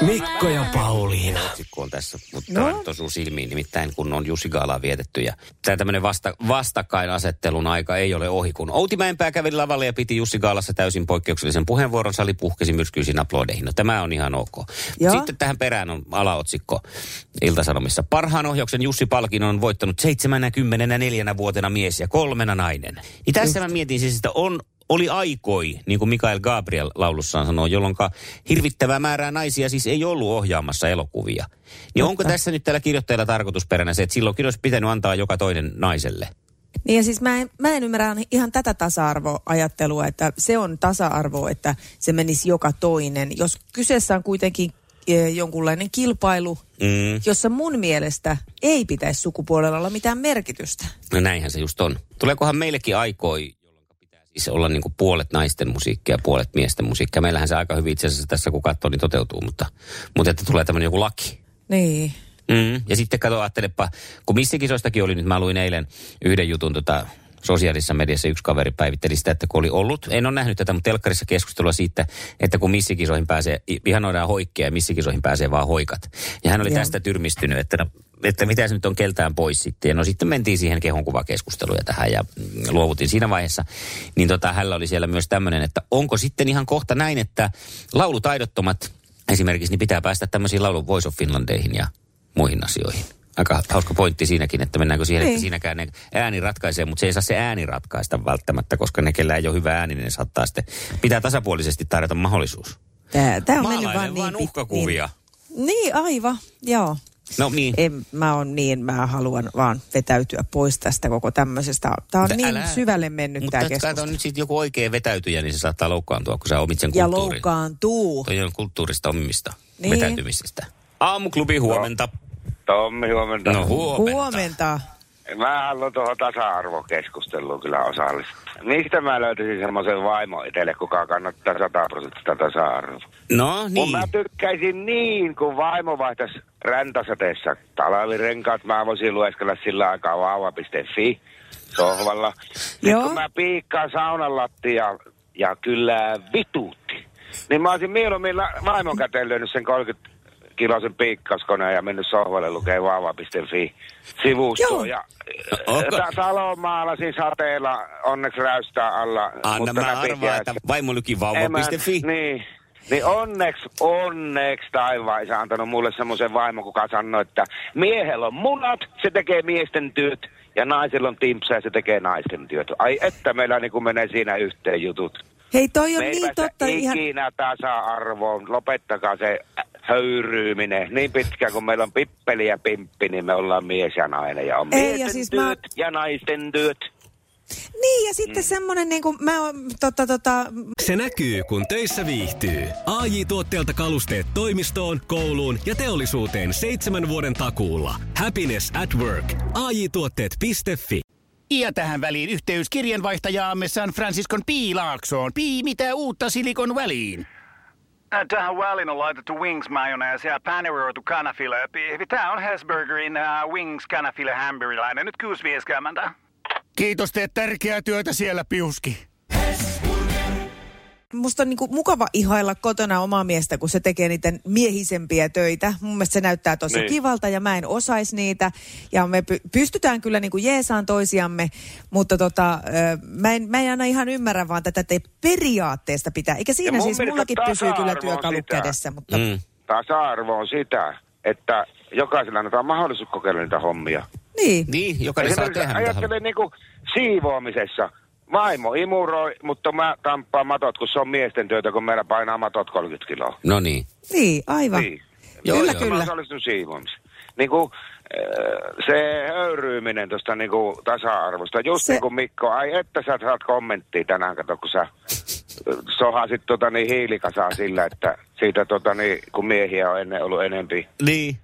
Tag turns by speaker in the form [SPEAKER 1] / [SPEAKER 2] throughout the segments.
[SPEAKER 1] Mikko ja Pauliina.
[SPEAKER 2] otsikko on tässä, mutta no. nyt osuu silmiin nimittäin, kun on Jussi Gaalaa vietetty. Ja tämä tämmöinen vasta, vastakkainasettelun aika ei ole ohi, kun Outi Mäenpää käveli lavalle ja piti Jussi Gaalassa täysin poikkeuksellisen puheenvuoron. Sali puhkesi myrskyisiin aplodeihin. No tämä on ihan ok.
[SPEAKER 3] Joo.
[SPEAKER 2] Sitten tähän perään on alaotsikko Iltasanomissa. Parhaan ohjauksen Jussi Palkinnon on voittanut 74 vuotena mies ja kolmena nainen. Niin tässä mä mietin siis, että on oli aikoi, niin kuin Mikael Gabriel laulussaan sanoo, jolloin hirvittävää määrää naisia siis ei ollut ohjaamassa elokuvia. Niin onko tässä nyt tällä kirjoittajalla tarkoitusperänä se, että silloinkin olisi pitänyt antaa joka toinen naiselle?
[SPEAKER 3] Niin ja siis mä en, mä en ymmärrä ihan tätä tasa-arvoajattelua, että se on tasa-arvo, että se menisi joka toinen. Jos kyseessä on kuitenkin eh, jonkunlainen kilpailu,
[SPEAKER 2] Mm.
[SPEAKER 3] jossa mun mielestä ei pitäisi sukupuolella olla mitään merkitystä.
[SPEAKER 2] No näinhän se just on. Tuleekohan meillekin aikoi, jolloin pitää siis olla niin kuin puolet naisten musiikkia ja puolet miesten musiikkia. Meillähän se aika hyvin itse asiassa tässä kun katsoo, niin toteutuu, mutta, mutta että tulee tämmöinen joku laki.
[SPEAKER 3] Niin.
[SPEAKER 2] Mm. Ja sitten kato, ajattelepa, kun missä kisoistakin oli nyt, mä luin eilen yhden jutun tota, sosiaalisessa mediassa yksi kaveri päivitteli sitä, että kun oli ollut, en ole nähnyt tätä, mutta telkkarissa keskustelua siitä, että kun missikisoihin pääsee, i- ihanoidaan hoikkia ja missikisoihin pääsee vaan hoikat. Ja hän oli
[SPEAKER 3] Joo.
[SPEAKER 2] tästä tyrmistynyt, että, no, että mitä se nyt on keltään pois sitten. Ja no sitten mentiin siihen kehonkuvakeskusteluun ja tähän ja mm, luovutin siinä vaiheessa. Niin tota, hänellä oli siellä myös tämmöinen, että onko sitten ihan kohta näin, että laulutaidottomat esimerkiksi, niin pitää päästä tämmöisiin laulun Voice of Finlandeihin ja muihin asioihin. Aika hauska pointti siinäkin, että mennäänkö siihen, että
[SPEAKER 3] Niin.
[SPEAKER 2] siinäkään ne ääni ratkaisee, mutta se ei saa se ääni ratkaista välttämättä, koska ne, kellä ei ole hyvä ääni, niin ne saattaa sitten, pitää tasapuolisesti tarjota mahdollisuus.
[SPEAKER 3] Tää, tää on mennyt
[SPEAKER 2] Maalainen
[SPEAKER 3] vaan, niin
[SPEAKER 2] vaan
[SPEAKER 3] pit-
[SPEAKER 2] uhkakuvia.
[SPEAKER 3] Niin, niin aivan, joo.
[SPEAKER 2] No niin,
[SPEAKER 3] En, mä on niin, mä haluan vaan vetäytyä pois tästä koko tämmöisestä. Tää on
[SPEAKER 2] Mutta
[SPEAKER 3] niin
[SPEAKER 2] älä-
[SPEAKER 3] syvälle mennyt
[SPEAKER 2] mutta
[SPEAKER 3] tää niin
[SPEAKER 2] jos kato
[SPEAKER 3] keskustelu.
[SPEAKER 2] nyt sitten joku oikea vetäytyjä, niin se saattaa loukkaantua, kun sä omit sen
[SPEAKER 3] Ja
[SPEAKER 2] kulttuurin.
[SPEAKER 3] loukkaantuu.
[SPEAKER 2] Toi on kulttuurista omimista,
[SPEAKER 3] Niin.
[SPEAKER 2] vetäytymisestä. Aamuklubi huomenta.
[SPEAKER 4] Tommi, huomenta.
[SPEAKER 2] No huomenta.
[SPEAKER 3] Huomenta.
[SPEAKER 4] Mä haluan tuohon tasa-arvokeskusteluun kyllä osallistua. Mistä mä löytäisin semmoisen vaimo itselle, kuka kannattaa 100 prosenttia tasa-arvoa?
[SPEAKER 2] No
[SPEAKER 4] Niin.
[SPEAKER 2] niin.
[SPEAKER 4] Mä tykkäisin niin, kun vaimo vaihtaisi räntäsateessa talvirenkaat. Mä voisin lueskella sillä aikaa vauva.fi sohvalla. Sitten
[SPEAKER 3] Joo.
[SPEAKER 4] kun mä piikkaan saunan lattia ja kyllä vituutti, niin mä olisin mieluummin la- vaimon käteen lyönyt sen 30 kilosen piikkauskoneen ja mennyt sohvalle lukee vauva.fi
[SPEAKER 3] Joo.
[SPEAKER 4] sivustoa. Ja
[SPEAKER 2] Onko-
[SPEAKER 4] okay. talon maalasin siis sateella, onneksi räystää alla.
[SPEAKER 2] Anna mä
[SPEAKER 4] näpit
[SPEAKER 2] arvaa,
[SPEAKER 4] jäät.
[SPEAKER 2] että vaimo lyki
[SPEAKER 4] Emät,
[SPEAKER 2] vauva.fi.
[SPEAKER 4] Niin. Niin onneksi, onneksi taivaan isä antanut mulle semmoisen vaimon, kuka sanoi, että miehellä on munat, se tekee miesten työt, ja naisella on timpsa ja se tekee naisten työt. Ai että meillä niin menee siinä yhteen jutut.
[SPEAKER 3] Hei, toi on
[SPEAKER 4] Me ei
[SPEAKER 3] niin
[SPEAKER 4] päästä
[SPEAKER 3] totta. Ihan,
[SPEAKER 4] ikinä tasa-arvoon. Lopettakaa se äh, höyryyminen. Niin pitkään kun meillä on pippeli ja pimppi, niin me ollaan mies ja nainen. Ja on
[SPEAKER 3] Ei, ja
[SPEAKER 4] miesten
[SPEAKER 3] siis mä-
[SPEAKER 4] työt ja naisten työt.
[SPEAKER 3] niin, ja sitten mm. semmoinen, niin kuin mä oon, tota, tota,
[SPEAKER 1] Se näkyy, kun töissä viihtyy. ai tuotteelta kalusteet toimistoon, kouluun ja teollisuuteen seitsemän vuoden takuulla. Happiness at work. ai tuotteetfi
[SPEAKER 5] Ja tähän väliin yhteys kirjanvaihtajaamme San Franciscon Piilaaksoon. Pii, mitä uutta Silikon väliin?
[SPEAKER 6] Ä, Äh, Tähän väliin on laitettu wings mayonnaise ja paneroitu kanafila. Tämä on Hesburgerin uh, wings kanafila hamburilainen. Nyt 6.50.
[SPEAKER 5] Kiitos, teet tärkeää työtä siellä, Piuski.
[SPEAKER 3] musta on niinku mukava ihailla kotona omaa miestä, kun se tekee niitä miehisempiä töitä. Mun mielestä se näyttää tosi niin. kivalta ja mä en osais niitä. Ja me py- pystytään kyllä niinku jeesaan toisiamme, mutta tota, ö, mä, en, mä en aina ihan ymmärrä vaan tätä te periaatteesta pitää. Eikä siinä
[SPEAKER 4] mun
[SPEAKER 3] siis
[SPEAKER 4] mielestä
[SPEAKER 3] mullakin pysyy kyllä
[SPEAKER 4] tasa-arvo on
[SPEAKER 3] työkalu
[SPEAKER 4] sitä.
[SPEAKER 3] kädessä, mutta mm.
[SPEAKER 2] Mm.
[SPEAKER 4] Tasa-arvo on sitä, että jokaisella annetaan mahdollisuus kokeilla niitä hommia.
[SPEAKER 3] niin.
[SPEAKER 2] Niin, jokainen saa
[SPEAKER 4] Esimerkiksi
[SPEAKER 2] tehdä mitä haluaa.
[SPEAKER 4] ajattelen niinku siivoamisessa. Vaimo imuroi, mutta mä tamppaan matot, kun se on miesten työtä, kun meillä painaa matot 30 kiloa.
[SPEAKER 2] No niin.
[SPEAKER 3] Niin, aivan.
[SPEAKER 4] Niin.
[SPEAKER 2] Joo,
[SPEAKER 3] kyllä,
[SPEAKER 2] joo.
[SPEAKER 4] Mä
[SPEAKER 3] kyllä.
[SPEAKER 4] osallistun siivoamiseen. Niinku, äh, se höyryyminen tuosta niinku tasa-arvosta. Just
[SPEAKER 3] Se-
[SPEAKER 4] se... niin kuin Mikko, ai että sä saat kommenttia tänään, kato, kun sä äh, sohasit tota niin hiilikasaa sillä, että siitä, tota, niin, kun miehiä on ennen ollut enempi.
[SPEAKER 2] Niin.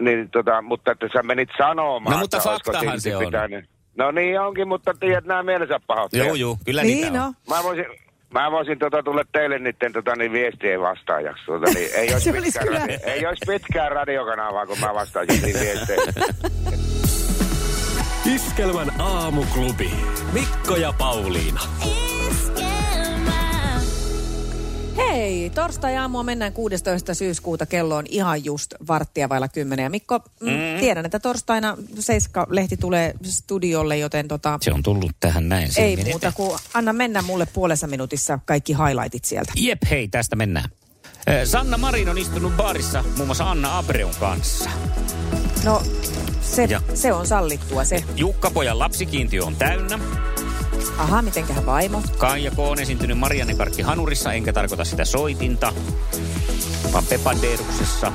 [SPEAKER 4] Niin, tota, mutta että sä menit sanomaan.
[SPEAKER 2] No, mutta
[SPEAKER 4] että olisiko
[SPEAKER 2] faktahan
[SPEAKER 4] silti
[SPEAKER 2] se on.
[SPEAKER 4] No niin onkin, mutta tiedät nämä mielensä pahoittajat.
[SPEAKER 2] Joo, joo, kyllä
[SPEAKER 3] Niin,
[SPEAKER 2] niitä
[SPEAKER 3] no.
[SPEAKER 2] on.
[SPEAKER 4] Mä voisin, mä voisin tota, tulla teille niiden tota, niin viestien vastaajaksi. Tuota, niin, ei, olisi
[SPEAKER 3] Se olisi
[SPEAKER 4] pitkää
[SPEAKER 3] kyllä.
[SPEAKER 4] radio, ei olisi pitkää radiokanavaa, kun mä vastaisin niin viesteihin.
[SPEAKER 1] Iskelmän aamuklubi. Mikko ja Pauliina.
[SPEAKER 7] Iskelmä.
[SPEAKER 3] Hei, torstai-aamua mennään 16. syyskuuta. Kello on ihan just varttia vailla kymmenen. Ja Mikko, mm. tiedän, että torstaina Seiska-lehti tulee studiolle, joten tota,
[SPEAKER 2] Se on tullut tähän näin. sen
[SPEAKER 3] ei
[SPEAKER 2] mietitään.
[SPEAKER 3] muuta kuin anna mennä mulle puolessa minuutissa kaikki highlightit sieltä.
[SPEAKER 2] Jep, hei, tästä mennään. Eh, Sanna Marin on istunut baarissa muun muassa Anna Abreun kanssa.
[SPEAKER 3] No, se,
[SPEAKER 2] Ja.
[SPEAKER 3] se on sallittua se.
[SPEAKER 2] Jukka-pojan lapsikiintiö on täynnä.
[SPEAKER 3] Aha, mitenköhän vaimo?
[SPEAKER 2] Kaija K. on esiintynyt Marianne Karkki Hanurissa, enkä tarkoita sitä soitinta, vaan Pepadeeruksessa.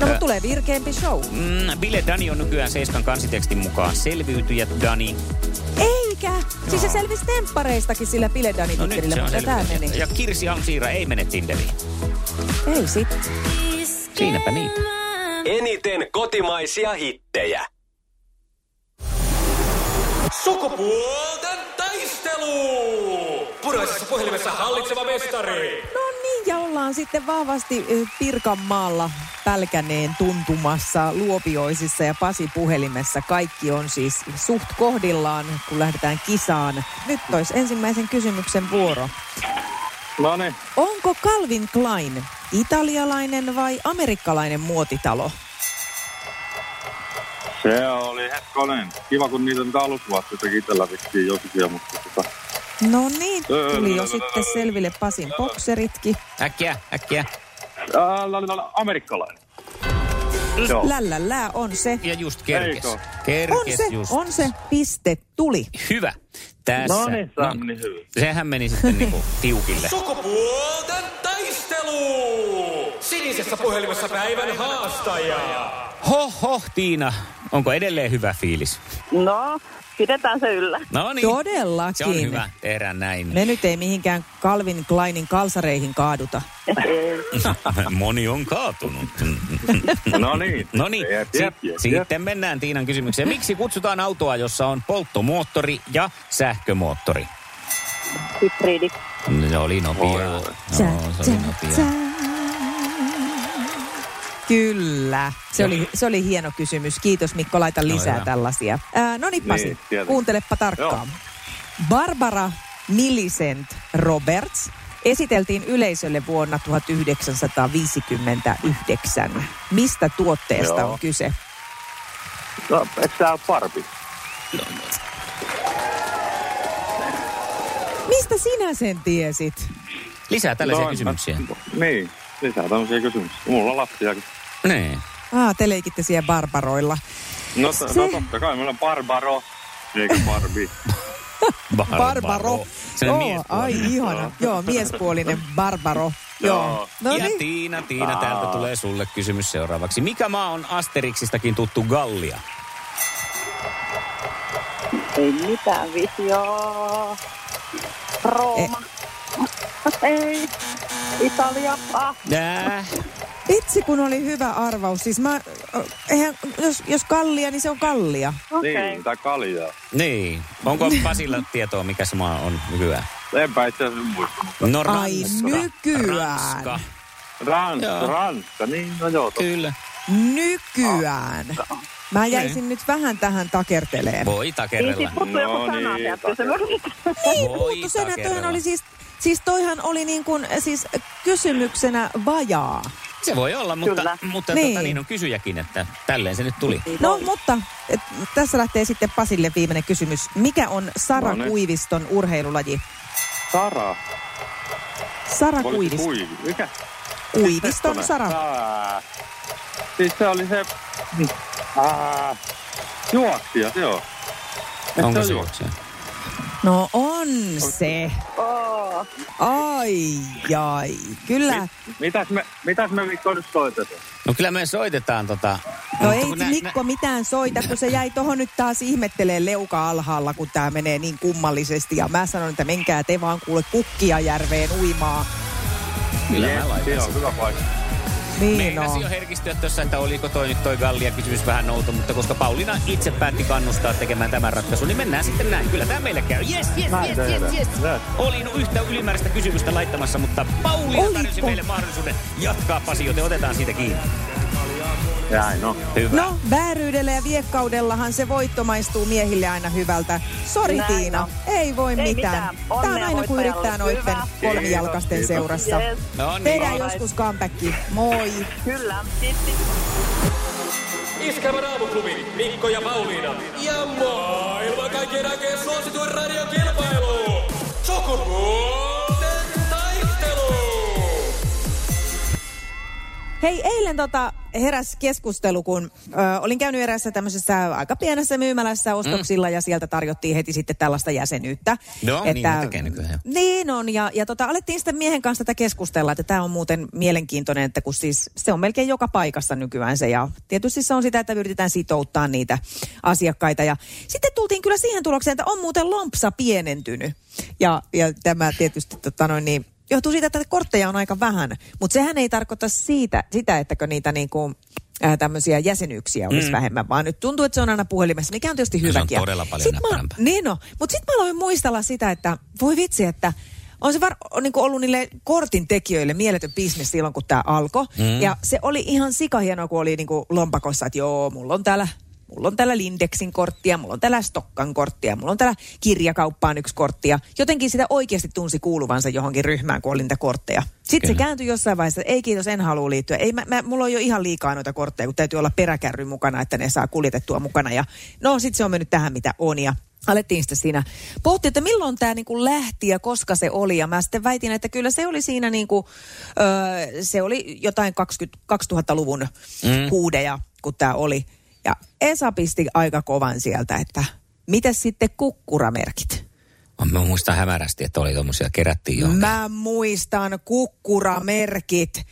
[SPEAKER 3] No, mutta tulee virkeämpi show.
[SPEAKER 2] Mm, Bile Dani on nykyään Seiskan kansitekstin mukaan selviytyjä Dani.
[SPEAKER 3] Eikä! Siis se selvisi temppareistakin sillä Piledani
[SPEAKER 2] No nyt
[SPEAKER 3] Twitterillä,
[SPEAKER 2] se on
[SPEAKER 3] mutta tämä
[SPEAKER 2] selviytyjä.
[SPEAKER 3] meni.
[SPEAKER 2] Ja Kirsi Alsiira ei mene Tinderiin.
[SPEAKER 3] Ei sit.
[SPEAKER 2] Siinäpä niin. niitä.
[SPEAKER 1] Eniten kotimaisia hittejä. Sukupuolten taistelu! Puraisessa puhelimessa hallitseva mestari.
[SPEAKER 3] No niin, ja ollaan sitten vahvasti ö, Pirkanmaalla pälkäneen tuntumassa Luopioisissa ja Pasi puhelimessa. Kaikki on siis suht kohdillaan, kun lähdetään kisaan. Nyt olisi ensimmäisen kysymyksen vuoro.
[SPEAKER 8] No niin,
[SPEAKER 3] Onko Calvin Klein italialainen vai amerikkalainen muotitalo?
[SPEAKER 8] se oli hetkonen. Kiva, kun niitä nyt alusvaatteitakin itsellä vissiin jossakin, mutta tota,
[SPEAKER 3] No niin, tuli jo sitten selville Pasin bokseritkin.
[SPEAKER 2] Äkkiä, äkkiä.
[SPEAKER 8] ää, la, la, la, amerikkalainen. Joo.
[SPEAKER 3] Lällällää on se.
[SPEAKER 2] Ja just kerkes.
[SPEAKER 8] Eikö?
[SPEAKER 3] On
[SPEAKER 2] Kerkes
[SPEAKER 3] se,
[SPEAKER 2] just.
[SPEAKER 3] on se. Piste tuli.
[SPEAKER 2] Hyvä. Tässä.
[SPEAKER 8] No niin, tämä meni hyvin.
[SPEAKER 2] Sehän meni sitten niinku tiukille.
[SPEAKER 1] Sukupuolten taistelu! Sinisessä puhelimessa päivän haastaja.
[SPEAKER 2] Hoh, hoh, Tiina. Onko edelleen hyvä fiilis?
[SPEAKER 9] No, pidetään se yllä.
[SPEAKER 2] No niin.
[SPEAKER 3] Todellakin.
[SPEAKER 2] Se on hyvä. Tehdään näin.
[SPEAKER 3] Me nyt ei mihinkään Calvin Kleinin kalsareihin kaaduta.
[SPEAKER 2] Moni on kaatunut.
[SPEAKER 8] No niin,
[SPEAKER 2] No niin,
[SPEAKER 8] Jep,
[SPEAKER 2] si-
[SPEAKER 8] jep, jep, jep.
[SPEAKER 2] sitten mennään Tiinan kysymykseen. Miksi kutsutaan autoa, jossa on polttomoottori ja sähkömoottori?
[SPEAKER 9] Hybridi.
[SPEAKER 2] Se oli nopea. No, se
[SPEAKER 3] Tsä, tsä,
[SPEAKER 2] oli
[SPEAKER 3] tsä.
[SPEAKER 2] nopea.
[SPEAKER 3] Kyllä. Se oli, se oli hieno kysymys. Kiitos Mikko, laita lisää
[SPEAKER 2] hyvä.
[SPEAKER 3] tällaisia. Ää, no niin Pasi,
[SPEAKER 8] Niin, tietenkin.
[SPEAKER 3] kuuntelepa tarkkaan. Barbara Millicent Roberts esiteltiin yleisölle vuonna 1959. Mistä tuotteesta
[SPEAKER 8] Joo.
[SPEAKER 3] on kyse?
[SPEAKER 8] No, eikö tää ole parvi?
[SPEAKER 3] Mistä sinä sen tiesit?
[SPEAKER 2] Lisää tällaisia
[SPEAKER 8] No, en mä-
[SPEAKER 2] kysymyksiä.
[SPEAKER 8] Niin, lisää tämmöisiä kysymyksiä. Mulla on lapsia.
[SPEAKER 2] Nee.
[SPEAKER 3] Ah, te leikitte siellä Barbaroilla.
[SPEAKER 8] No, to,
[SPEAKER 3] Se-
[SPEAKER 9] niin?
[SPEAKER 8] no totta kai, meillä on Barbaro, eikä Barbie.
[SPEAKER 3] Barbaro.
[SPEAKER 2] Se on
[SPEAKER 3] Joo,
[SPEAKER 2] mies.
[SPEAKER 3] ai ihana. Joo, miespuolinen Barbaro. Joo.
[SPEAKER 8] Joo.
[SPEAKER 3] No
[SPEAKER 2] ja
[SPEAKER 3] niin.
[SPEAKER 2] Tiina, Tiina, täältä tulee sulle kysymys seuraavaksi. Mikä maa on Asterixistakin tuttu Gallia?
[SPEAKER 9] Ei mitään visioa. Rooma. Ei. Italia. Ah,
[SPEAKER 2] Nää.
[SPEAKER 3] Vitsi, E, kun oli hyvä arvaus. Siis mä, eihän, jos, jos kallia, niin se on kallia.
[SPEAKER 9] okei. Okay.
[SPEAKER 8] Niin, tää kaljaa.
[SPEAKER 2] Niin. Onko Pasilla tietoa, mikä se maa on nykyään?
[SPEAKER 8] Enpä itse asiassa muista.
[SPEAKER 2] No
[SPEAKER 3] Ai,
[SPEAKER 2] Ranska.
[SPEAKER 3] nykyään.
[SPEAKER 2] Ranska. Joo.
[SPEAKER 8] Ranska, Ranska, niin, no joo. totta.
[SPEAKER 2] Kyllä.
[SPEAKER 3] Nykyään. Mä jäisin nyt vähän tähän takerteleen.
[SPEAKER 2] Voi
[SPEAKER 9] Niin sit
[SPEAKER 2] takerella.
[SPEAKER 9] puuttuu joku
[SPEAKER 8] No
[SPEAKER 9] sana
[SPEAKER 8] niin,
[SPEAKER 9] sieltä
[SPEAKER 8] takerella.
[SPEAKER 9] kysymyksestä.
[SPEAKER 3] Niin,
[SPEAKER 2] Voi
[SPEAKER 3] puuttu sen, että toihan
[SPEAKER 2] takerella.
[SPEAKER 3] oli siis, siis toihan oli niin kuin, siis kysymyksenä vajaa.
[SPEAKER 2] Se voi olla, mutta,
[SPEAKER 9] Kyllä.
[SPEAKER 2] mutta
[SPEAKER 3] Niin.
[SPEAKER 2] Tota, niin on kysyjäkin, että tälleen se nyt tuli.
[SPEAKER 3] No, mutta et, tässä lähtee sitten Pasille viimeinen kysymys. Mikä on Sara
[SPEAKER 8] No niin.
[SPEAKER 3] Kuiviston urheilulaji?
[SPEAKER 8] Sara,
[SPEAKER 3] Sara
[SPEAKER 8] oliko se
[SPEAKER 3] Kuivisto.
[SPEAKER 8] kuivi? Mikä?
[SPEAKER 3] Kuiviston
[SPEAKER 8] Hetkonen.
[SPEAKER 3] Sara.
[SPEAKER 8] Ää, Siis se oli se... Ää, juoksija, joo.
[SPEAKER 2] Onko
[SPEAKER 8] se
[SPEAKER 2] se
[SPEAKER 8] oli-
[SPEAKER 2] juoksija?
[SPEAKER 3] No on se.
[SPEAKER 9] Oo.
[SPEAKER 3] Ai, ai. Kyllä.
[SPEAKER 8] Mitäs me, mitäs me Mikko nyt soitetaan?
[SPEAKER 2] No kyllä me soitetaan tota...
[SPEAKER 3] No
[SPEAKER 2] mutta
[SPEAKER 3] ei
[SPEAKER 2] kun nä-
[SPEAKER 3] Mikko mitään soita, kun se jäi tohon nyt taas ihmettelee leuka alhaalla, kun tää menee niin kummallisesti. Ja mä sanon, että menkää te vaan kuule Kukkijajärveen uimaan.
[SPEAKER 2] Kyllä yes, mä
[SPEAKER 8] Se
[SPEAKER 2] laitan
[SPEAKER 8] on
[SPEAKER 2] sen.
[SPEAKER 8] hyvä paikka.
[SPEAKER 3] Niin
[SPEAKER 2] Meinasin jo
[SPEAKER 3] on.
[SPEAKER 2] herkistyä tuossa, että oliko toi nyt toi Gallia kysymys vähän nouto, mutta koska Pauliina itse päätti kannustaa tekemään tämän ratkaisun, niin mennään sitten näin. Kyllä tämä meille käy. Yes, yes, yes, yes, yes. Olin yhtä ylimääräistä kysymystä laittamassa, mutta Pauliina
[SPEAKER 3] Oliko?
[SPEAKER 2] tarjosi meille mahdollisuuden jatkaa Pasi, joten otetaan siitä kiinni.
[SPEAKER 8] Näin on.
[SPEAKER 2] Hyvä.
[SPEAKER 3] No, vääryydellä ja viekkaudellahan se voitto maistuu miehille aina hyvältä. Sori
[SPEAKER 9] Näin
[SPEAKER 3] Tiina,
[SPEAKER 9] on.
[SPEAKER 3] ei voi
[SPEAKER 9] Ei
[SPEAKER 3] mitään.
[SPEAKER 9] mitään.
[SPEAKER 3] Tämä on
[SPEAKER 9] Onnea
[SPEAKER 3] aina kun
[SPEAKER 9] voittajalle.
[SPEAKER 3] yrittää noitten
[SPEAKER 9] Hyvä.
[SPEAKER 3] kolmijalkasten
[SPEAKER 8] Kiitos.
[SPEAKER 3] seurassa.
[SPEAKER 9] Yes,
[SPEAKER 2] No niin.
[SPEAKER 3] Tehdään
[SPEAKER 9] Alright.
[SPEAKER 3] joskus comeback. Moi!
[SPEAKER 9] kyllä. Sitten
[SPEAKER 7] Iskävä raamuklubi, Mikko ja Pauliina. Ja maailman kaikkien aikeen suosituen radiokilpailu. Sukupuolten taistelu.
[SPEAKER 3] Hei, eilen tota heräs keskustelu, kun ö, olin käynyt erässä tämmöisessä aika pienessä myymälässä ostoksilla ja sieltä tarjottiin heti sitten tällaista jäsenyyttä.
[SPEAKER 2] No, Mm. niin ne tekee nykyään, joo.
[SPEAKER 3] Niin on, ja, ja tota, alettiin sitten miehen kanssa tätä keskustella, että tämä on muuten mielenkiintoinen, että kun siis se on melkein joka paikassa nykyään se, ja tietysti se on sitä, että yritetään sitouttaa niitä asiakkaita, ja sitten tultiin kyllä siihen tulokseen, että on muuten lompsa pienentynyt, ja, ja tämä tietysti tota noin niin, johtuu siitä, että kortteja on aika vähän, mutta sehän ei tarkoita siitä, sitä, ettäkö niitä niin kuin tämmöisiä jäsenyyksiä olisi mm. vähemmän, vaan nyt tuntuu, että se on aina puhelimessa, mikä on tietysti
[SPEAKER 2] on
[SPEAKER 3] hyväkin. Ja
[SPEAKER 2] todella paljon
[SPEAKER 3] sit mä,
[SPEAKER 2] näppärämpää.
[SPEAKER 3] niin no, mutta sitten mä aloin muistella sitä, että voi vitsi, että on se var, on niinku ollut niille kortin tekijöille mieletön bisnes silloin, kun tämä alkoi. Mm. Ja se oli ihan sikahienoa, kun oli niinku lompakossa, että joo, mulla on täällä Mulla on täällä Lindexin korttia, mulla on täällä Stokkan korttia, mulla on täällä kirjakauppaan yksi korttia. Jotenkin sitä oikeasti tunsi kuuluvansa johonkin ryhmään, kun oli niitä kortteja. Sitten Kyllä. se kääntyi jossain vaiheessa, että ei kiitos, en halua liittyä. Ei, mä, mä, mulla on jo ihan liikaa noita kortteja, kun täytyy olla peräkärry mukana, että ne saa kuljetettua mukana. Ja, no sitten se on mennyt tähän, mitä on. Ja alettiin sitä siinä pohtia, että milloin tämä niinku lähti ja koska se oli. Ja mä sitten väitin, että kyllä se oli siinä niinku, öö, se oli jotain 20, 2000-luvun mm. huudeja, kun tämä oli. Ja Esa pisti aika kovan sieltä, että mitä sitten kukkuramerkit?
[SPEAKER 2] Mä muistan hämärästi, että oli tommosia, kerättiin johonkin.
[SPEAKER 3] Mä muistan kukkuramerkit.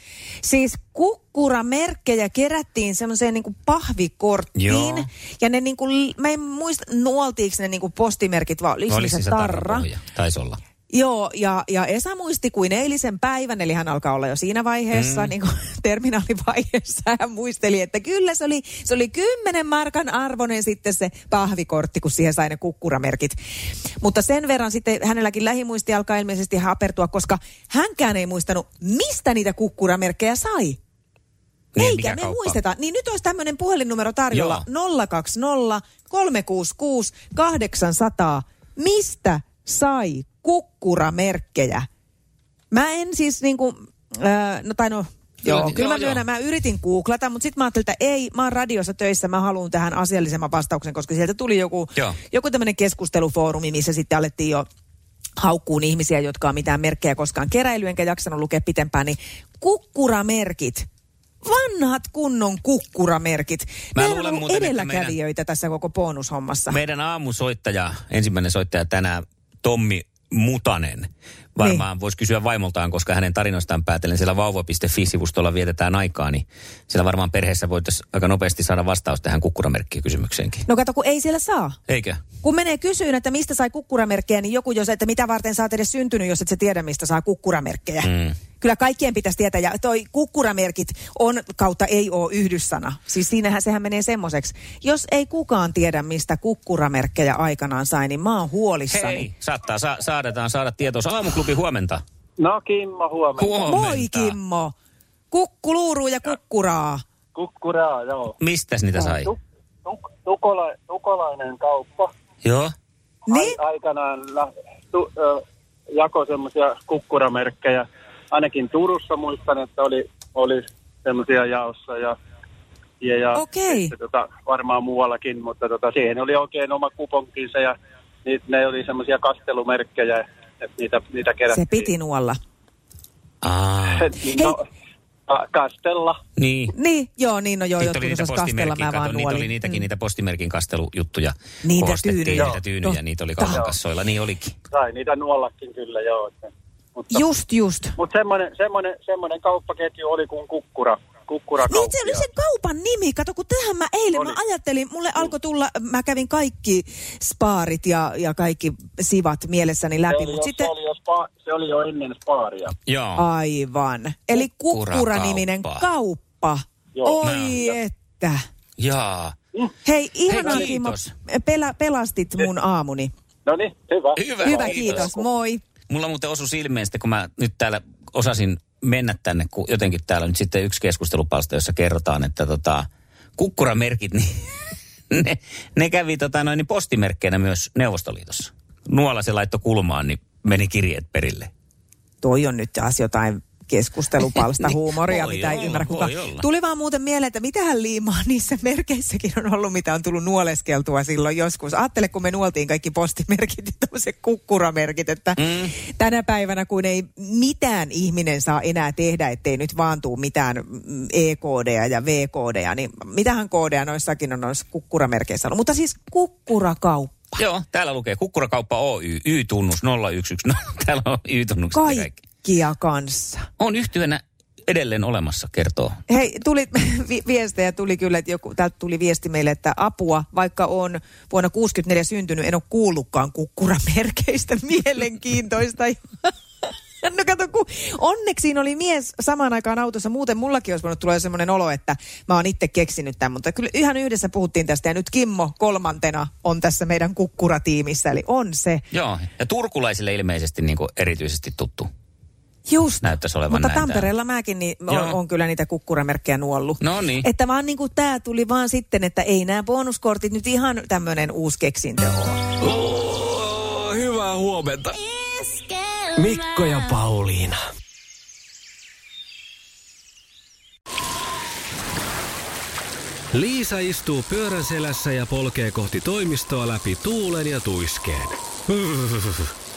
[SPEAKER 3] Siis kukkuramerkkejä kerättiin semmoiseen niinku pahvikorttiin.
[SPEAKER 2] Joo.
[SPEAKER 3] Ja ne niinku, mä en muista, nuoltiiko ne niinku postimerkit, vaan oliko
[SPEAKER 2] Oli
[SPEAKER 3] se
[SPEAKER 2] siis se
[SPEAKER 3] tarra.
[SPEAKER 2] tarrapohja, taisi olla.
[SPEAKER 3] Joo, ja, ja Esa muisti kuin eilisen päivän, eli hän alkaa olla jo siinä vaiheessa, mm. niin kuin terminaalivaiheessa. Hän muisteli, että kyllä se oli, se oli 10 markan arvoinen sitten se pahvikortti, kun siihen sai ne kukkuramerkit. Mutta sen verran sitten hänelläkin lähimuisti alkaa ilmeisesti hapertua, koska hänkään ei muistanut, mistä niitä kukkuramerkkejä sai.
[SPEAKER 2] Niin,
[SPEAKER 3] Eikä
[SPEAKER 2] mikä
[SPEAKER 3] me
[SPEAKER 2] kauppa?
[SPEAKER 3] muisteta. Niin nyt olisi tämmöinen puhelinnumero tarjolla. Joo. 020 366 800. Mistä sai kukkuramerkkejä? Mä en siis niinku, äh, no tai no,
[SPEAKER 2] Joo,
[SPEAKER 3] Joo,
[SPEAKER 2] niin-
[SPEAKER 3] kyllä
[SPEAKER 2] joo,
[SPEAKER 3] mä myönnän, mä yritin googlata, mutta sitten mä ajattelin, että ei, mä oon radiossa töissä, mä haluan tähän asiallisemman vastauksen, koska sieltä tuli joku,
[SPEAKER 2] Joo.
[SPEAKER 3] joku tämmöinen keskustelufoorumi, missä sitten alettiin jo haukkuun ihmisiä, jotka on mitään merkkejä koskaan keräily, enkä jaksanut lukea pitempään, niin kukkuramerkit. Vanhat kunnon kukkuramerkit.
[SPEAKER 2] Mä
[SPEAKER 3] Meillä on
[SPEAKER 2] luulen
[SPEAKER 3] ollut
[SPEAKER 2] muuten, että
[SPEAKER 3] edelläkävijöitä tässä koko bonushommassa.
[SPEAKER 2] Meidän aamusoittaja, ensimmäinen soittaja tänään, Tommi Mutanen, varmaan niin. voisi kysyä vaimoltaan, koska hänen tarinoistaan päätellen siellä vauva.fi-sivustolla vietetään aikaa, niin siellä varmaan perheessä voitaisiin aika nopeasti saada vastaus tähän kukkuramerkkiä kysymykseenkin.
[SPEAKER 3] No kato, kun ei siellä saa.
[SPEAKER 2] Eikä?
[SPEAKER 3] Kun menee kysyyn, että mistä sai kukkuramerkkejä, niin joku jos, että mitä varten sä oot edes syntynyt, jos et sä tiedä, mistä saa kukkuramerkkejä. Mm. Kyllä kaikkien pitäisi tietää. Ja toi kukkuramerkit on kautta ei oo yhdyssana. Siis siinähän sehän menee semmoiseksi. Jos ei kukaan tiedä, mistä kukkuramerkkejä aikanaan sai, niin mä oon huolissani.
[SPEAKER 2] Hei, saattaa, sa- saadaan saada tietoa. Aamuklubi huomenta.
[SPEAKER 10] No Kimmo, huomenta.
[SPEAKER 3] Moi Kimmo! Kukkuluuruu ja kukkuraa.
[SPEAKER 10] Kukkuraa, joo.
[SPEAKER 2] Mistäs niitä sai?
[SPEAKER 10] Tuk, tuk, tukola, tukolainen kauppa
[SPEAKER 2] Joo.
[SPEAKER 3] Niin?
[SPEAKER 10] Ai, aikanaan lä, tu, ö, jako semmoisia kukkuramerkkejä. Ainakin Turussa muistan, että oli, oli semmoisia jaossa ja, ja, ja
[SPEAKER 3] Okei.
[SPEAKER 10] sitten tota, varmaan muuallakin, mutta tota, siihen oli oikein oma kuponkinsa ja ni, ne oli semmoisia kastelumerkkejä, että niitä, niitä
[SPEAKER 3] Se
[SPEAKER 10] kerättiin.
[SPEAKER 3] piti nuolla.
[SPEAKER 2] Aa,
[SPEAKER 10] no, ka- kastella.
[SPEAKER 2] niin.
[SPEAKER 3] Niin, joo, niin no joo,
[SPEAKER 2] Niitä oli
[SPEAKER 3] jotkut
[SPEAKER 2] niitä
[SPEAKER 3] osas kastella,
[SPEAKER 2] postimerkin,
[SPEAKER 3] mä
[SPEAKER 2] kato,
[SPEAKER 3] vaan
[SPEAKER 2] niitä oli
[SPEAKER 3] nuolin.
[SPEAKER 2] niitäkin, niitä postimerkin kastelujuttuja.
[SPEAKER 3] Niitä
[SPEAKER 2] Koostettiin
[SPEAKER 3] tyynyjä.
[SPEAKER 2] Niitä tyynyjä,
[SPEAKER 3] Totta.
[SPEAKER 2] niitä oli kauppakassoilla, niin olikin.
[SPEAKER 10] Sai niitä nuollakin kyllä, joo. Että, mutta
[SPEAKER 3] Mm. Just, just.
[SPEAKER 10] Mutta semmoinen, semmoinen, semmoinen kauppaketju oli kuin kukkura. kukkura
[SPEAKER 3] Niin se oli se kaupan nimi. Kato, kun tähän mä eilen
[SPEAKER 10] Oli.
[SPEAKER 3] mä ajattelin, mulle alkoi tulla, mä kävin kaikki spaarit ja, ja kaikki sivat mielessäni läpi.
[SPEAKER 10] oli,
[SPEAKER 3] Mutta
[SPEAKER 10] jos,
[SPEAKER 3] sitten,
[SPEAKER 10] se oli jos spa, se oli jo ennen spaaria.
[SPEAKER 2] Joo.
[SPEAKER 3] Aivan. Eli Kukkura-niminen kauppa.
[SPEAKER 10] Joo.
[SPEAKER 3] Oi
[SPEAKER 10] Näin.
[SPEAKER 3] että.
[SPEAKER 2] Jaa.
[SPEAKER 3] Hei, ihanaa
[SPEAKER 2] Hei,
[SPEAKER 3] Kimmo.
[SPEAKER 2] kiitos.
[SPEAKER 3] Pela, pelastit mun aamuni.
[SPEAKER 10] No niin, hyvä.
[SPEAKER 2] Hyvä,
[SPEAKER 3] Hyvä, kiitos. Moi.
[SPEAKER 2] Mulla muuten osui silmeen sitten, kun mä nyt täällä osasin mennä tänne, kun jotenkin täällä nyt sitten yksi keskustelupalsta, jossa kerrotaan, että tota, kukkuramerkit, niin ne, ne kävi tota noin, niin postimerkkeinä myös Neuvostoliitossa. Nuola se laittoi kulmaan, niin meni kirjeet perille.
[SPEAKER 3] Toi on nyt taas jotain keskustelupalsta
[SPEAKER 2] Niin,
[SPEAKER 3] huumoria,
[SPEAKER 2] voi
[SPEAKER 3] mitä ei
[SPEAKER 2] olla,
[SPEAKER 3] ymmärrä kukaan.
[SPEAKER 2] voi olla.
[SPEAKER 3] Tuli vaan muuten mieleen, että mitähän liimaa niissä merkeissäkin on ollut, mitä on tullut nuoleskeltua silloin joskus. Ajattele, kun me nuoltiin kaikki postimerkit ja tämmöiset kukkuramerkit, että mm. tänä päivänä, kun ei mitään ihminen saa enää tehdä, ettei nyt vaan tuu mitään mm, e-koodeja ja v-koodeja, niin mitähän koodeja noissakin on noissa kukkuramerkeissä ollut. Mutta siis kukkurakauppa.
[SPEAKER 2] Joo, täällä lukee Kukkurakauppa Oy, Y-tunnus 0110. No, Täällä on Y-tunnukset ja niin kaikki.
[SPEAKER 3] Kaikkia kanssa.
[SPEAKER 2] On yhtyönä edelleen olemassa, kertoo.
[SPEAKER 3] Hei, tuli, vi- viestejä tuli kyllä, että joku, täältä tuli viesti meille, että apua, vaikka on vuonna 64 syntynyt, en ole kuullutkaan kukkuramerkeistä mielenkiintoista. No kato, kun onneksi siinä oli mies samaan aikaan autossa. Muuten mullakin olisi voinut tulla jo semmoinen olo, että mä oon itse keksinyt tämän. Mutta kyllä ihan yhdessä puhuttiin tästä ja nyt Kimmo kolmantena on tässä meidän kukkuratiimissä. Eli on se.
[SPEAKER 2] Joo, ja turkulaisille ilmeisesti niin kuin erityisesti tuttu.
[SPEAKER 3] Just.
[SPEAKER 2] Näyttäisi olevan
[SPEAKER 3] Mutta
[SPEAKER 2] näin
[SPEAKER 3] Tampereella mäkin niin on,
[SPEAKER 2] Joo.
[SPEAKER 3] on, kyllä niitä kukkuramerkkejä nuollut.
[SPEAKER 2] No niin.
[SPEAKER 3] Että vaan niin kuin tämä tuli vaan sitten, että ei nämä bonuskortit nyt ihan tämmöinen uusi keksintö ole.
[SPEAKER 1] Oh, hyvää huomenta. Mikko ja Pauliina. Liisa istuu pyörän selässä ja polkee kohti toimistoa läpi tuulen ja tuiskeen.